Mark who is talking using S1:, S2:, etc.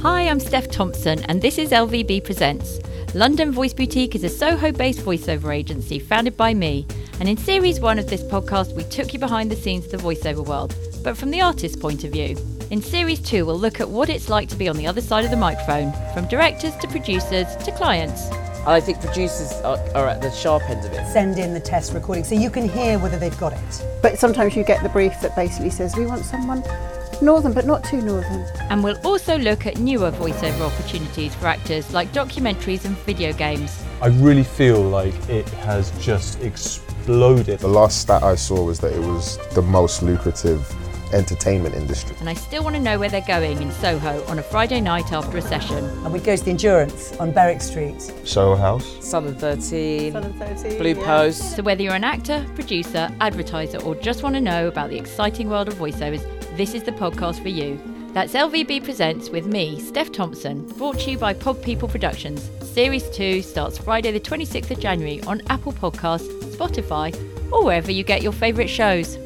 S1: Hi, I'm Steph Thompson, and this is LVB Presents. London Voice Boutique is a Soho based voiceover agency founded by me. And in series one of this podcast, we took you behind the scenes of the voiceover world, but from the artist's point of view. In series two, we'll look at what it's like to be on the other side of the microphone, from directors to producers to clients.
S2: And I think producers are, are at the sharp end of it.
S3: send in the test recording so you can hear whether they've got it.
S4: But sometimes you get the brief that basically says, we want someone northern, but not too northern.
S1: And we'll also look at newer voiceover opportunities for actors like documentaries and video games.
S5: I really feel like it has just exploded.
S6: The last stat I saw was that it was the most lucrative entertainment industry.
S1: And I still want to know where they're going in Soho on a Friday night after a session.
S3: And we go to the Endurance on Berwick Street.
S7: Soho House.
S2: Southern 13, Blue
S4: 13.
S2: Post.
S1: So, whether you're an actor, producer, advertiser, or just want to know about the exciting world of voiceovers, this is the podcast for you. That's LVB Presents with me, Steph Thompson, brought to you by Pod People Productions. Series 2 starts Friday, the 26th of January on Apple Podcasts, Spotify, or wherever you get your favourite shows.